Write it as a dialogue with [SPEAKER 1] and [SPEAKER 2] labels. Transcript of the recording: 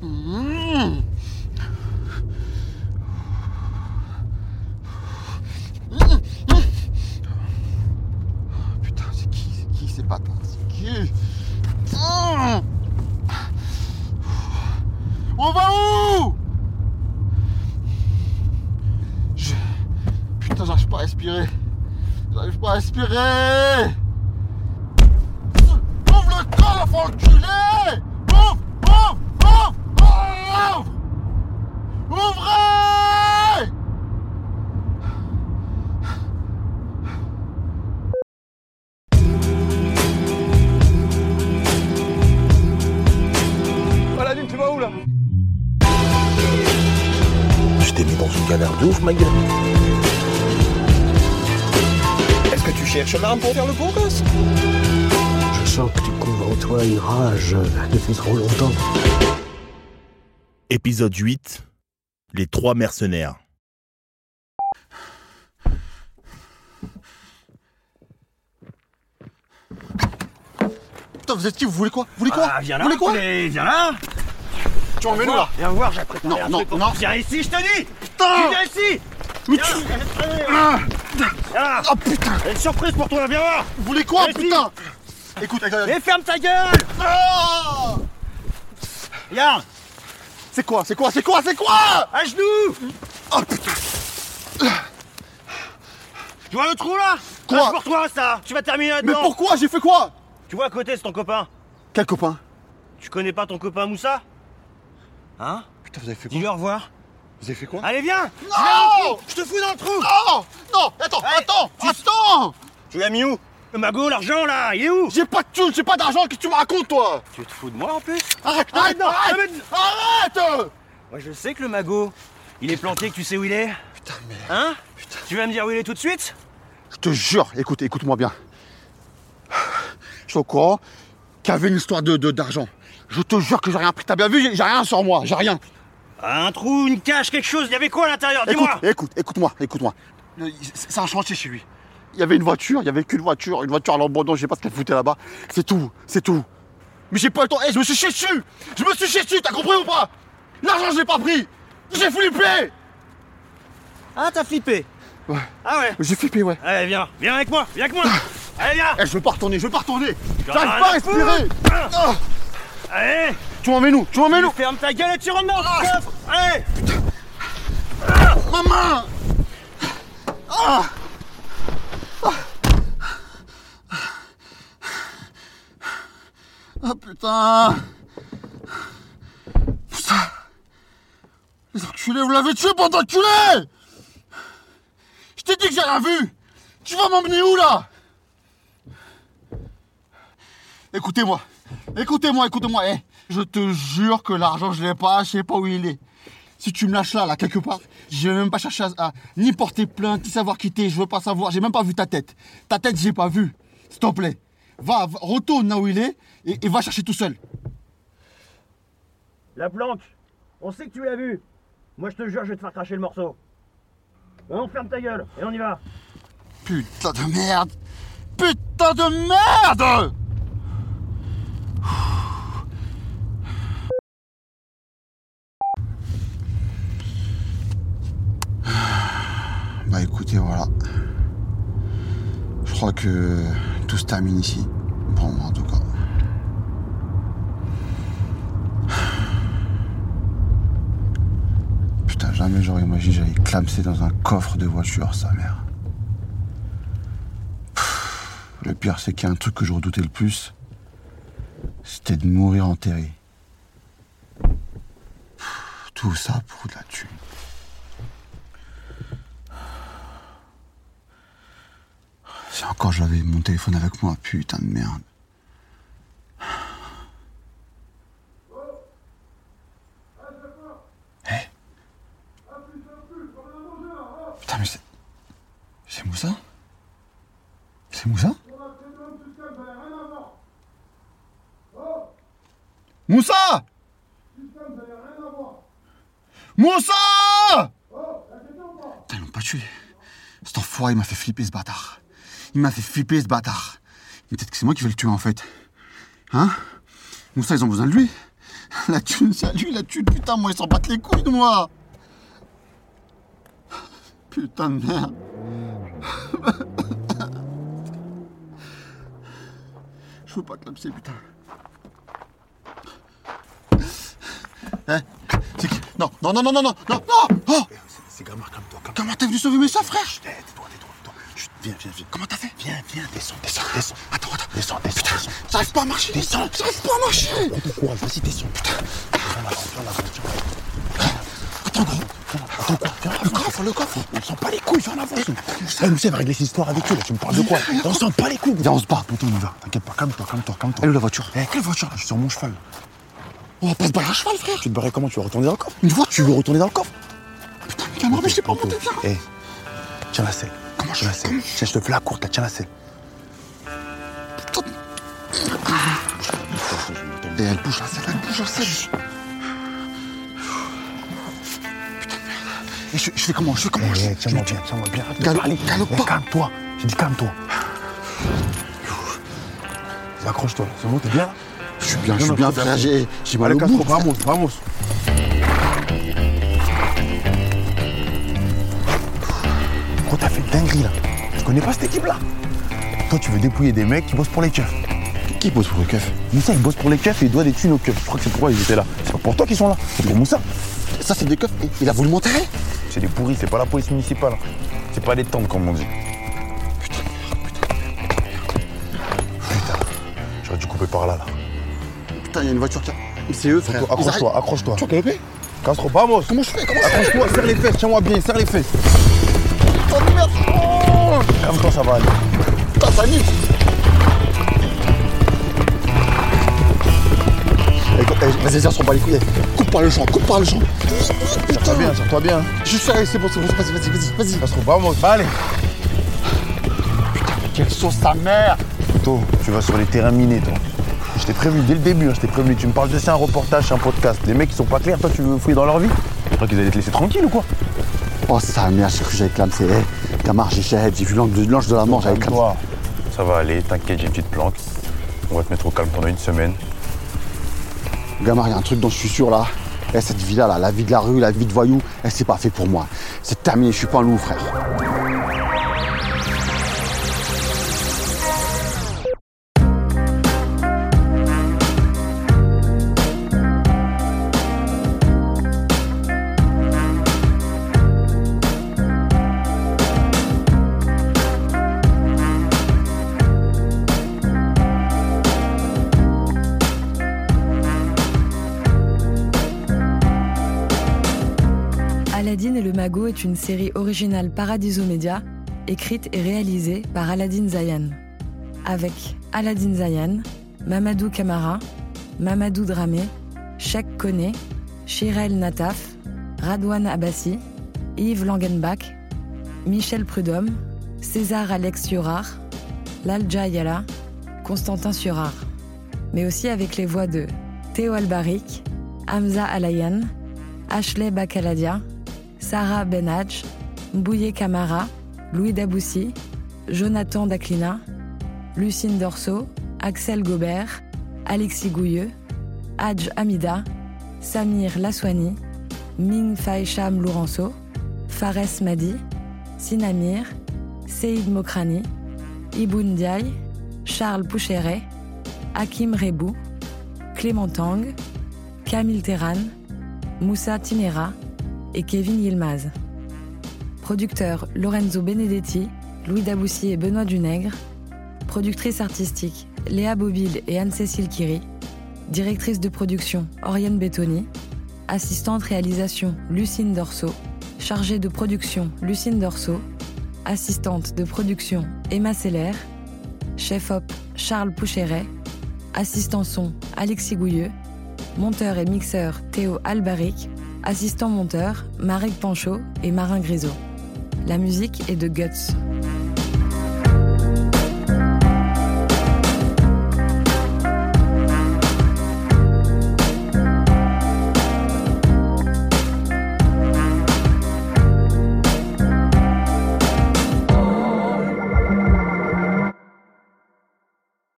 [SPEAKER 1] Mmh. Putain, c'est qui C'est qui ces patins C'est qui Putain Mmh. On va où Je- Putain, j'arrive pas à respirer. J'arrive pas à respirer Ouvre le col, enfant enculé Ouvre Ouvre Ouvre Ouvre Ouvrez
[SPEAKER 2] Je t'ai mis dans une galère de ouf, ma gueule. Est-ce que tu cherches l'arme pour faire le bon gosse Je sens que tu couvres en toi une rage depuis trop longtemps.
[SPEAKER 3] Épisode 8 Les trois mercenaires.
[SPEAKER 1] Putain, vous êtes qui Vous voulez quoi Vous voulez quoi
[SPEAKER 4] Ah, viens là,
[SPEAKER 1] Vous voulez quoi
[SPEAKER 4] enculé, viens là
[SPEAKER 1] Tu emmènes nous là
[SPEAKER 4] Viens voir, j'ai préparé
[SPEAKER 1] Non,
[SPEAKER 4] un
[SPEAKER 1] non,
[SPEAKER 4] truc pour-
[SPEAKER 1] non.
[SPEAKER 4] Viens ici, je te dis Tu
[SPEAKER 1] Putain
[SPEAKER 4] viens ici
[SPEAKER 1] Mais
[SPEAKER 4] Viens,
[SPEAKER 1] tu-
[SPEAKER 4] viens, viens, viens.
[SPEAKER 1] Ah
[SPEAKER 4] Viens là
[SPEAKER 1] Oh putain
[SPEAKER 4] J'ai Ah. une surprise pour toi, viens voir
[SPEAKER 1] Vous voulez quoi
[SPEAKER 4] Vas-y.
[SPEAKER 1] putain Écoute, regarde.
[SPEAKER 4] Et ferme ta gueule
[SPEAKER 1] Ah
[SPEAKER 4] Regarde
[SPEAKER 1] C'est quoi C'est quoi C'est quoi C'est quoi
[SPEAKER 4] À genoux
[SPEAKER 1] Oh putain
[SPEAKER 4] Tu vois le trou là
[SPEAKER 1] Quoi
[SPEAKER 4] C'est pour toi ça Tu vas terminer
[SPEAKER 1] Mais
[SPEAKER 4] là-dedans
[SPEAKER 1] pourquoi J'ai fait quoi
[SPEAKER 4] Tu vois à côté, c'est ton copain.
[SPEAKER 1] Quel copain
[SPEAKER 4] Tu connais pas ton copain Moussa Hein
[SPEAKER 1] Putain, vous avez fait quoi Hein
[SPEAKER 4] Dis-le au revoir.
[SPEAKER 1] Vous avez fait quoi
[SPEAKER 4] Allez, viens Je vais dans le
[SPEAKER 1] Non
[SPEAKER 4] trou. Je te fous dans le trou
[SPEAKER 1] Non Non Attends
[SPEAKER 4] Allez,
[SPEAKER 1] Attends
[SPEAKER 4] tu-
[SPEAKER 1] Attends
[SPEAKER 4] Tu l'as mis où Le magot, l'argent là, il est où
[SPEAKER 1] J'ai pas de thune, j'ai pas d'argent, qu'est-ce que tu me racontes toi
[SPEAKER 4] Tu te fous de moi en plus
[SPEAKER 1] Arrête,
[SPEAKER 4] Ah,
[SPEAKER 1] arrête,
[SPEAKER 4] non,
[SPEAKER 1] arrête,
[SPEAKER 4] ah,
[SPEAKER 1] arrête
[SPEAKER 4] Moi je sais que le magot, il est planté, que tu sais où il est.
[SPEAKER 1] Putain, mais
[SPEAKER 4] Hein Tu vas me dire où il est tout de suite
[SPEAKER 1] je te jure, écoute, écoute-moi bien. Je suis au courant qu'il y avait une histoire de de- d'argent. je te jure que j'ai rien pris. T'as bien vu, j'ai- j'ai rien sur moi, j'ai rien.
[SPEAKER 4] Un trou, une cache, quelque chose, il y avait quoi à l'intérieur
[SPEAKER 1] Écoute,
[SPEAKER 4] Dis-moi
[SPEAKER 1] écoute, écoute-moi, écoute-moi. Ah, Le- C'est c'est un chantier chez lui. Il y avait une voiture, il y avait qu'une voiture, une voiture à l'abandon, je sais pas ce qu'elle foutait là-bas. C'est tout, c'est tout. Mais j'ai pas le temps. Eh, je me suis chié dessus Je me suis chié dessus, t'as compris ou pas L'argent, je l'ai pas pris J'ai flippé
[SPEAKER 4] Ah, t'as flippé
[SPEAKER 1] Ouais.
[SPEAKER 4] Ah ouais
[SPEAKER 1] J'ai flippé, ouais.
[SPEAKER 4] Allez, viens, viens avec moi, viens avec moi Allez, viens
[SPEAKER 1] Eh, je veux pas retourner, je veux pas retourner J'arrive
[SPEAKER 4] J'en ai
[SPEAKER 1] pas à
[SPEAKER 4] rien à
[SPEAKER 1] respirer Ah,
[SPEAKER 4] Allez
[SPEAKER 1] Tu m'emmènes où Tu m'emmènes où
[SPEAKER 4] Ferme ta gueule et tu rentres dans le coffre Allez
[SPEAKER 1] Ma main Ah Ah. Ah putain Putain Les enculés, vous l'avez tué, bande d'enculés Je t'ai dit que j'ai rien vu Tu vas m'emmener où, là Écoutez-moi Écoutez-moi, écoutez-moi Eh, Je te jure que l'argent, je l'ai pas, je sais pas où il est si tu me lâches là, là, quelque part, je vais même pas chercher à, à ni porter plainte, ni savoir qui t'es, je veux pas savoir, j'ai même pas vu ta tête. Ta tête, j'ai pas vu. S'il te plaît. Va, va- retourne là où il est et, et va chercher tout seul.
[SPEAKER 4] La planque On sait que tu l'as vu Moi je te jure, je vais te faire cracher le morceau Hein, On ferme ta gueule et on y va
[SPEAKER 1] Putain de merde Putain de merde Bah écoutez, voilà. Je crois que tout se termine ici. Pour moi en tout cas. Putain, jamais j'aurais imaginé que j'allais clamser dans un coffre de voiture, sa mère. Le pire, c'est qu'il y a un truc que je redoutais le plus. C'était de mourir enterré. Tout ça pour de la thune. Si encore j'avais mon téléphone avec moi, putain de merde. Hé Putain mais c'est... C'est Moussa C'est Moussa Moussa Moussa Putain, ils m'ont pas tué. Cet enfoiré, il m'a fait flipper ce bâtard. Il m'a fait flipper ce bâtard. Mais Peut-être que c'est moi qui vais le tuer en fait. Hein Moussa, ils ont besoin de lui. La thune, c'est à lui, la thune, putain, moi, ils s'en battent les couilles de moi. Putain de merde. Je veux pas clamser, putain. Hein C'est qui Non, non, non, non, non, non, non, non Oh
[SPEAKER 2] C'est Grammaire comme toi, comme
[SPEAKER 1] Comment t'es venu sauver mes seins, frère
[SPEAKER 2] Chut, eh, tais-toi, tais-toi, tais-toi. Chut, viens, viens, viens.
[SPEAKER 1] Comment t'as fait
[SPEAKER 2] Viens, viens, descends, descends, descends. Attends, attends, descends, descends. descends.
[SPEAKER 1] J'arrive pas à marcher
[SPEAKER 2] Descends.
[SPEAKER 1] J'arrive pas à marcher
[SPEAKER 2] Prends ton courage, vas-y, descends, putain. Viens là, viens là, viens là.
[SPEAKER 1] Attends, gros
[SPEAKER 2] Viens là, attends, quoi, viens là,
[SPEAKER 1] Le coffre, le coffre
[SPEAKER 2] On s'en bat les couilles, viens en avance. Eh, nous, c'est, va régler cette histoire avec eux, là. Tu me parles de quoi On s'en bat les couilles. Viens, on se bat. Putain, on y va. T'inquiète pas, calme-toi, calme-toi, calme-toi.
[SPEAKER 1] Elle est où la voiture Oh,
[SPEAKER 2] Eh, quelle voiture là Je suis sur mon cheval.
[SPEAKER 1] On va pas se barrer à cheval, frère
[SPEAKER 2] Tu te barrais comment Tu veux retourner dans le coffre
[SPEAKER 1] Une voiture
[SPEAKER 2] Tu veux retourner dans le coffre
[SPEAKER 1] Putain, mais calme-toi, mais je sais pas monter, viens
[SPEAKER 2] Eh, tiens la selle. Comment je la selle Tiens, je te fais la courte, là, tiens la selle.
[SPEAKER 1] Et elle bouge la selle, elle bouge la selle Putain, merde Et je, je fais comment Je fais comment je,
[SPEAKER 2] Eh, tiens-moi
[SPEAKER 1] je-
[SPEAKER 2] bien, tiens-moi bien. arrête de
[SPEAKER 1] Galope,
[SPEAKER 2] parler.
[SPEAKER 1] galope
[SPEAKER 2] Eh,
[SPEAKER 1] pas.
[SPEAKER 2] Calme-toi. J'ai dit calme-toi. Accroche-toi. là. C'est bon, t'es bien hein là
[SPEAKER 1] je suis bien, je suis bien, frère, j'ai j'ai mal au
[SPEAKER 2] Allez,
[SPEAKER 1] bout
[SPEAKER 2] Castro, vamos, vamos. Gros, t'as fait une dinguerie là. Je connais pas cette équipe là. Toi, tu veux dépouiller des mecs qui bossent pour les keufs.
[SPEAKER 1] Qui pose pour le keuf
[SPEAKER 2] Moussa, il bosse pour les keufs et il doit des thunes aux keufs. Je crois que c'est pourquoi ils étaient là. C'est pas pour toi qu'ils sont là. C'est pour Moussa.
[SPEAKER 1] Ça, c'est des keufs, et il a voulu m'enterrer
[SPEAKER 2] C'est des pourris, c'est pas la police municipale. C'est pas les tentes comme on dit. Putain, j'aurais dû couper par là là.
[SPEAKER 1] Putain, il y a une voiture qui a... Mais c'est eux, frère Ils
[SPEAKER 2] Accroche-toi,
[SPEAKER 1] arrêtent.
[SPEAKER 2] accroche-toi.
[SPEAKER 1] Tu as galopé
[SPEAKER 2] Castro, vamos
[SPEAKER 1] Comment je fais Comment je fais
[SPEAKER 2] Accroche-toi, serre les fesses, tiens-moi bien, serre les fesses.
[SPEAKER 1] Putain de merde Oh
[SPEAKER 2] Calme-toi, ça va aller.
[SPEAKER 1] Putain, ça nique Eh, go- eh, Vas-y, viens, on s'en bat les couilles. eh. Coupe par le champ, coupe par le champ.
[SPEAKER 2] Serre-toi
[SPEAKER 1] Putain,
[SPEAKER 2] bien, serre-toi bien.
[SPEAKER 1] je suis allé, c'est bon, c'est bon, vas-y, vas-y, vas-y, vas-y.
[SPEAKER 2] Castro, vamos, allez.
[SPEAKER 1] Quelle sauce ta mère
[SPEAKER 2] Toto, tu vas sur les terrains minés, toi. Je t'ai prévenu dès le début, hein, je t'ai prévenu. Tu me parles de ça, un reportage, c'est un podcast. Les mecs, qui sont pas clairs, toi, tu veux fouiller dans leur vie Je crois qu'ils allaient te laisser tranquille ou quoi
[SPEAKER 1] Oh sa mère, j'ai cru que j'avais clamsé. Eh, Camar, j'ai j'ai j'ai vu l'ange de, l'ange de la mort, j'avais clamsé.
[SPEAKER 2] Calme-toi. Ça va aller, t'inquiète, j'ai une petite planque. On va te mettre au calme pendant une semaine.
[SPEAKER 1] Gamar, il y a un truc dont je suis sûr là. Eh, cette vie-là, là, la vie de la rue, la vie de voyou, eh, c'est pas fait pour moi. C'est terminé, je suis pas un loup, frère.
[SPEAKER 5] Aladdin et le magot est une série originale Paradiso Media, écrite et réalisée par Aladdin Zayan. Avec Aladdin Zayan, Mamadou Kamara, Mamadou Dramé, Shaq Koné, Shirel Nataf, Radouane Abbassi, Yves Langenbach, Michel Prudhomme, César Alex Yorard, Lalja Yala, Constantin Surard. Mais aussi avec les voix de Théo Albaric, Hamza Alayan, Ashley Bakaladia, Sarah Benhadj, Mbouye Camara, Louis Daboussi, Jonathan Daclina, Lucine Dorso, Axel Gobert, Alexis Gouilleux, Hadj Hamida, Samir Laswani, Ming Faisham Lourenço, Fares Madi, Sinamir, Seyd Mokrani, Iboun Diaye, Charles Poucheret, Hakim Rebou, Clément Tang, Camille Terran, Moussa Timera, et Kevin Yilmaz. Producteurs Lorenzo Benedetti, Louis Daboussi et Benoît Dunègre. Productrice artistique Léa Bobile et Anne-Cécile Kiri. Directrice de production Oriane Bettoni. Assistante réalisation Lucine Dorso. Chargée de production Lucine Dorso. Assistante de production Emma Seller. Chef op Charles Poucheret. Assistant son Alexis Gouilleux. Monteur et mixeur Théo Albaric. Assistant monteur, Marek Panchaud et Marin Grisot. La musique est de Guts.